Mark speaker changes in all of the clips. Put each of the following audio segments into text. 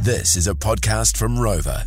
Speaker 1: This is a podcast from Rover.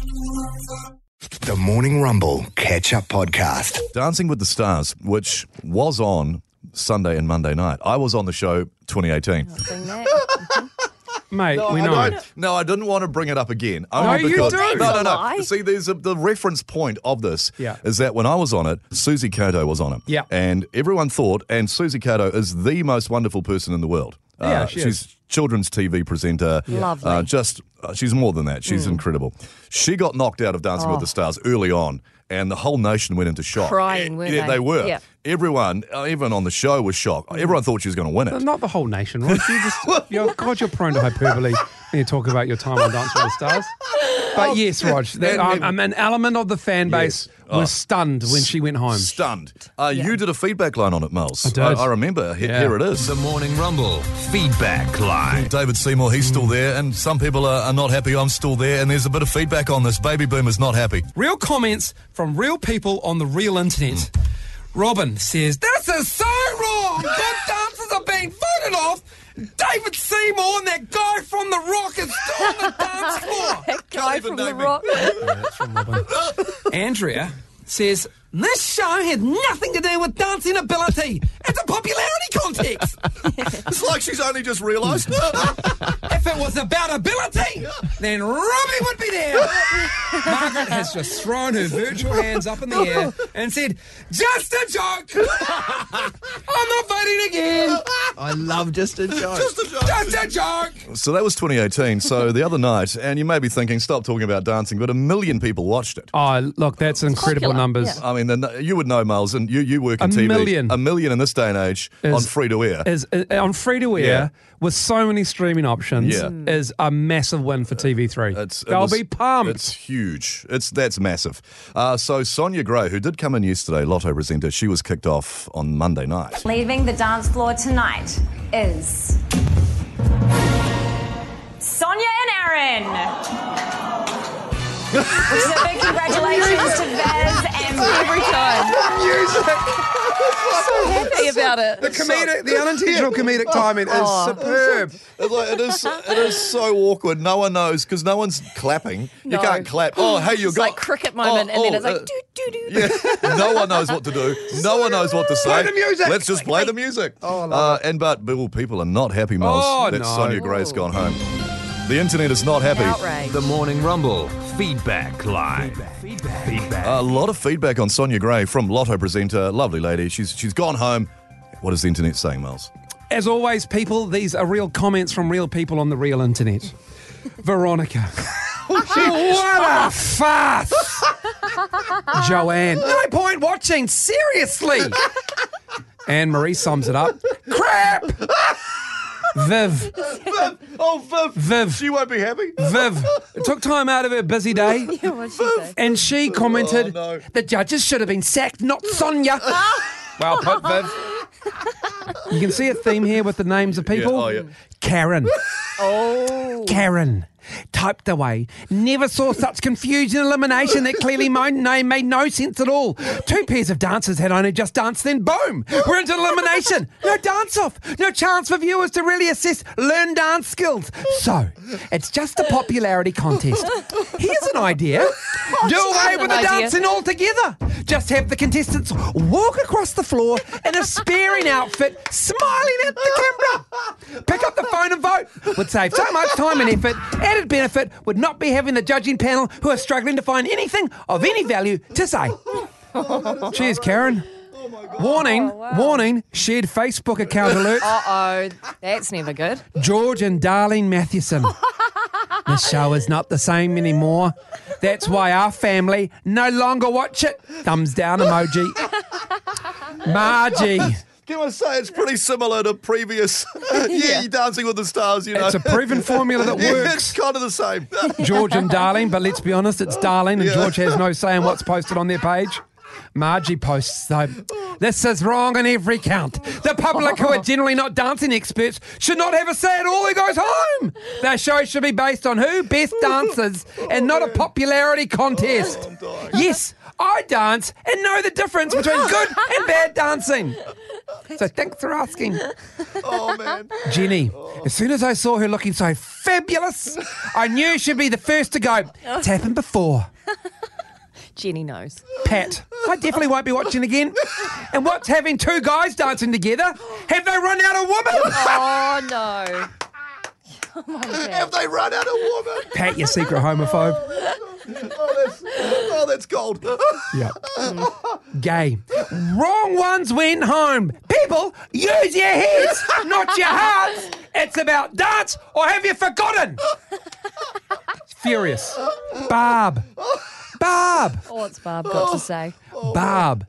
Speaker 2: The Morning Rumble Catch Up Podcast.
Speaker 3: Dancing with the Stars, which was on Sunday and Monday night. I was on the show 2018.
Speaker 4: Mate, we
Speaker 3: I
Speaker 4: know.
Speaker 3: don't- no, I didn't want to bring it up again. only
Speaker 4: No, you
Speaker 3: because-
Speaker 4: do.
Speaker 3: No, no,
Speaker 5: That's a
Speaker 3: no.
Speaker 5: lie.
Speaker 3: See, there's a, the reference point of this
Speaker 4: Yeah.
Speaker 3: is that when I was on it, Susie Kato was on it.
Speaker 4: Yeah.
Speaker 3: And everyone thought, and Susie Kato is the most wonderful person in the world. Uh,
Speaker 4: Yeah, she
Speaker 3: she's
Speaker 4: is.
Speaker 3: children's TV presenter.
Speaker 5: Lovely.
Speaker 3: Uh, just, uh, she's more than that.
Speaker 4: Mm.
Speaker 3: She's incredible. She got knocked out of Dancing
Speaker 4: Oh.
Speaker 3: with the Stars early on, and the whole nation went into shock.
Speaker 5: Crying, were
Speaker 3: yeah,
Speaker 5: they?
Speaker 3: they were.
Speaker 5: Yeah.
Speaker 3: Everyone, uh, everyone on the show was shocked.
Speaker 4: Mm.
Speaker 3: Everyone thought she was going to win it.
Speaker 4: Not the whole nation, right? You just, you're, God, you're prone to hyperbole when you talk about your time on Dancing with the Stars.
Speaker 3: Oh.
Speaker 4: But yes, Rog, that, um, um, an element of the fan base
Speaker 3: Oh.
Speaker 4: was stunned when she went home.
Speaker 3: Stunned. Uh, You did a feedback line on it, Miles. I
Speaker 4: did.
Speaker 3: I, remember. He-
Speaker 4: Yeah.
Speaker 3: Here it is.
Speaker 6: The Morning Rumble feedback line.
Speaker 3: David Seymour, he's still there, and some people are, are not happy I'm still there, and there's a bit of feedback on this. Baby Boomer's not happy.
Speaker 7: Real comments from real people on the real internet.
Speaker 6: Hmm.
Speaker 7: Robin says, This is so wrong! Good dancers are being voted off! David Seymour and that guy from The Rock is still on the dance floor!
Speaker 5: Guy
Speaker 3: even
Speaker 5: from the
Speaker 3: name it.
Speaker 5: rock.
Speaker 7: Andrea says, This show had nothing to do with dancing ability. It's a popularity contest.
Speaker 3: It's like she's only just realised.
Speaker 7: if it was about ability, then Robbie would be there. Margaret has just thrown her virtual hands up in the air and said, Just a joke! I'm not voting again!
Speaker 8: I love just a joke.
Speaker 7: Just a joke!
Speaker 3: so that was 2018. So the other night, and you may be thinking, stop talking about dancing, but a million people watched it.
Speaker 4: Oh, look, that's incredible
Speaker 5: Popular,
Speaker 4: numbers.
Speaker 3: I mean, the, you would know, Miles, and you, you work in
Speaker 4: A
Speaker 3: TV.
Speaker 4: million.
Speaker 3: A million in this day and age
Speaker 4: Is-
Speaker 3: on free to air.
Speaker 4: Is, uh, on free to air
Speaker 3: Yeah.
Speaker 4: with so many streaming options
Speaker 3: Yeah. Mm.
Speaker 4: is a massive win for TV3.
Speaker 3: It's, it
Speaker 4: They'll
Speaker 3: was-
Speaker 4: be pumped.
Speaker 3: It's huge. It's that's massive. Uh, so Sonia Gray, who did come in yesterday, Lotto presenter, she was kicked off on Monday night.
Speaker 9: Leaving the dance floor tonight is Sonia and Aaron. Which is a big congratulations to Vez and
Speaker 5: Every time. so happy about it.
Speaker 7: The comedic, the unintentional comedic timing is superb.
Speaker 3: It's like, it is. It is so awkward. No one knows because no one's clapping.
Speaker 5: No.
Speaker 3: You can't clap. Oh, hey, you
Speaker 5: It's
Speaker 3: got
Speaker 5: like cricket moment,
Speaker 3: Oh,
Speaker 5: and then
Speaker 3: oh,
Speaker 5: it's like
Speaker 3: uh,
Speaker 5: doo doo doo.
Speaker 3: yeah. no one knows what to do. No one knows what to say.
Speaker 7: the music.
Speaker 3: Let's just play the music. Oh, uh, and but Bill, people are not happy, Miles.
Speaker 7: Oh,
Speaker 3: that
Speaker 7: no.
Speaker 3: Sonia Gray's
Speaker 5: Ooh.
Speaker 3: gone home. The internet is not happy.
Speaker 5: Outrage.
Speaker 6: The Morning Rumble feedback line. Feedback. feedback.
Speaker 3: A lot of feedback on Sonia Gray from Lotto presenter, lovely lady. She's she's gone home. What is the internet saying, Miles?
Speaker 4: As always, people, these are real comments from real people on the real internet. Veronica.
Speaker 7: Oh,
Speaker 4: what a farce! Joanne. No point watching, seriously! Anne Marie sums it up. Crap! Viv.
Speaker 3: Oh, Viv,
Speaker 4: Viv.
Speaker 3: she won't be happy. Oh,
Speaker 4: Viv took time out of her busy day
Speaker 5: Yeah, what'd she say?
Speaker 4: and she commented,
Speaker 3: Oh, no.
Speaker 4: The judges should have been sacked, not Sonia. well put, Viv. You can see a theme here with the names of people.
Speaker 3: oh, yeah.
Speaker 4: Karen. oh. Karen. Typed away. Never saw such confusion and elimination that clearly my name made no sense at all. Two pairs of dancers had only just danced, then boom! We're into elimination. No dance off. No chance for viewers to really assess learned dance skills. So, it's just a popularity contest. Here's an idea do away
Speaker 5: Oh, an
Speaker 4: with the
Speaker 5: idea.
Speaker 4: dancing altogether. Just have the contestants walk across the floor in a sparing outfit, smiling at the camera. Pick up the phone and vote. Would save so much time and effort. Added benefit would not be having the judging panel who are struggling to find anything of any value to say. Cheers, Karen. Warning,
Speaker 5: Oh, wow.
Speaker 4: warning, shared Facebook account alert.
Speaker 5: Uh oh, that's never good.
Speaker 4: George and Darlene Mathewson. the show is not the same anymore. That's why our family no longer watch it. Thumbs down emoji. Margie.
Speaker 3: Can I say it's pretty similar to previous yeah, Dancing with the Stars, you know.
Speaker 4: It's a proven formula that
Speaker 3: Yeah, it's
Speaker 4: works.
Speaker 3: kind of the same.
Speaker 4: George and Darlene, but let's be honest, it's Darlene and George has no say in what's posted on their page. Margie posts, though, this is wrong on every count. The public, who are generally not dancing experts, should not have a say at all who goes home. Their show should be based on who best dances and not a popularity
Speaker 3: Oh,
Speaker 4: contest. Yes, I dance and know the difference between good and bad dancing. So thanks for asking.
Speaker 3: Oh, man.
Speaker 4: Jenny, as soon as I saw her looking so fabulous, I knew she'd be the first to go. It's happened before.
Speaker 5: Jenny knows.
Speaker 4: Pat, I definitely won't be watching again. And what's having two guys dancing together? Have they run out of women?
Speaker 5: Oh no. Come on, Pat.
Speaker 3: Have they run out of woman?
Speaker 4: Pat, you secret homophobe.
Speaker 3: Oh, that's, oh, that's gold.
Speaker 4: Yeah. Gay. Wrong ones went home. People, use your heads, not your hearts. It's about dance, or have you forgotten? Furious. Barb. Barb.
Speaker 5: What's Oh, Barb got
Speaker 3: Oh.
Speaker 5: to say?
Speaker 4: Barb,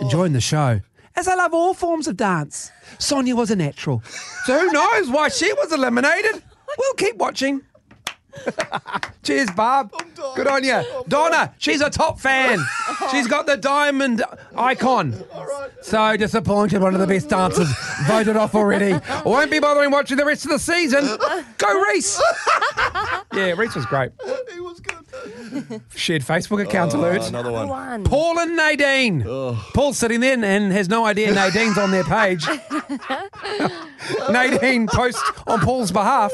Speaker 4: enjoying the show. Oh. As I love all forms of dance, Sonia was a natural. So who knows why she was eliminated? We'll keep watching. Cheers, Barb. Good on you. Donna, she's a top fan. She's got the diamond icon. So disappointed, one of the best dancers voted off already. I won't be bothering watching the rest of the season. Go, Reese. Yeah, Reese was great.
Speaker 3: he was good.
Speaker 4: Shared Facebook account alert.
Speaker 3: Another one.
Speaker 5: One.
Speaker 4: Paul and Nadine. Paul's sitting there and has no idea Nadine's on their page. Nadine posts on Paul's behalf.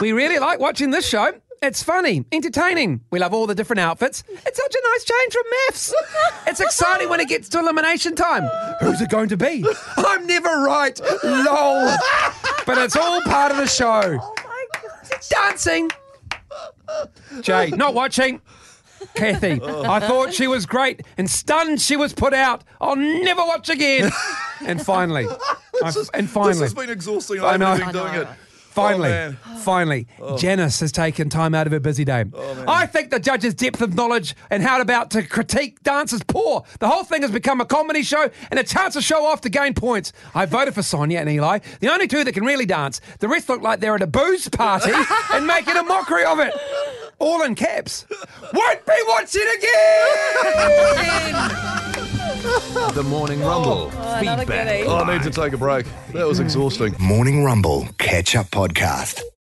Speaker 4: We really like watching this show. It's funny, entertaining. We love all the different outfits. It's such a nice change from maths. It's exciting when it gets to elimination time. Who's it going to be? I'm never right. Lol. But it's all part of the show. Dancing. Jay, not watching. Kathy, I thought she was great and stunned she was put out. I'll never watch again. And finally, I- and
Speaker 3: This
Speaker 4: finally,
Speaker 3: has been exhausting.
Speaker 4: I
Speaker 3: I
Speaker 4: know.
Speaker 3: haven't been doing it.
Speaker 4: finally,
Speaker 3: Oh, man. Oh.
Speaker 4: finally, Janice has taken time out of her busy day. I think the judge's depth of knowledge and how about to critique dance is poor. The whole thing has become a comedy show and a chance to show off to gain points. I voted for Sonia and Eli, the only two that can really dance. The rest look like they're at a booze party and making a mockery of it. All in caps. Won't be watching again.
Speaker 6: The Morning Rumble.
Speaker 5: another
Speaker 6: Feedback.
Speaker 5: goodie.
Speaker 3: Oh,
Speaker 6: Live.
Speaker 3: I need to take a break. That was exhausting.
Speaker 2: Morning Rumble Catch Up Podcast.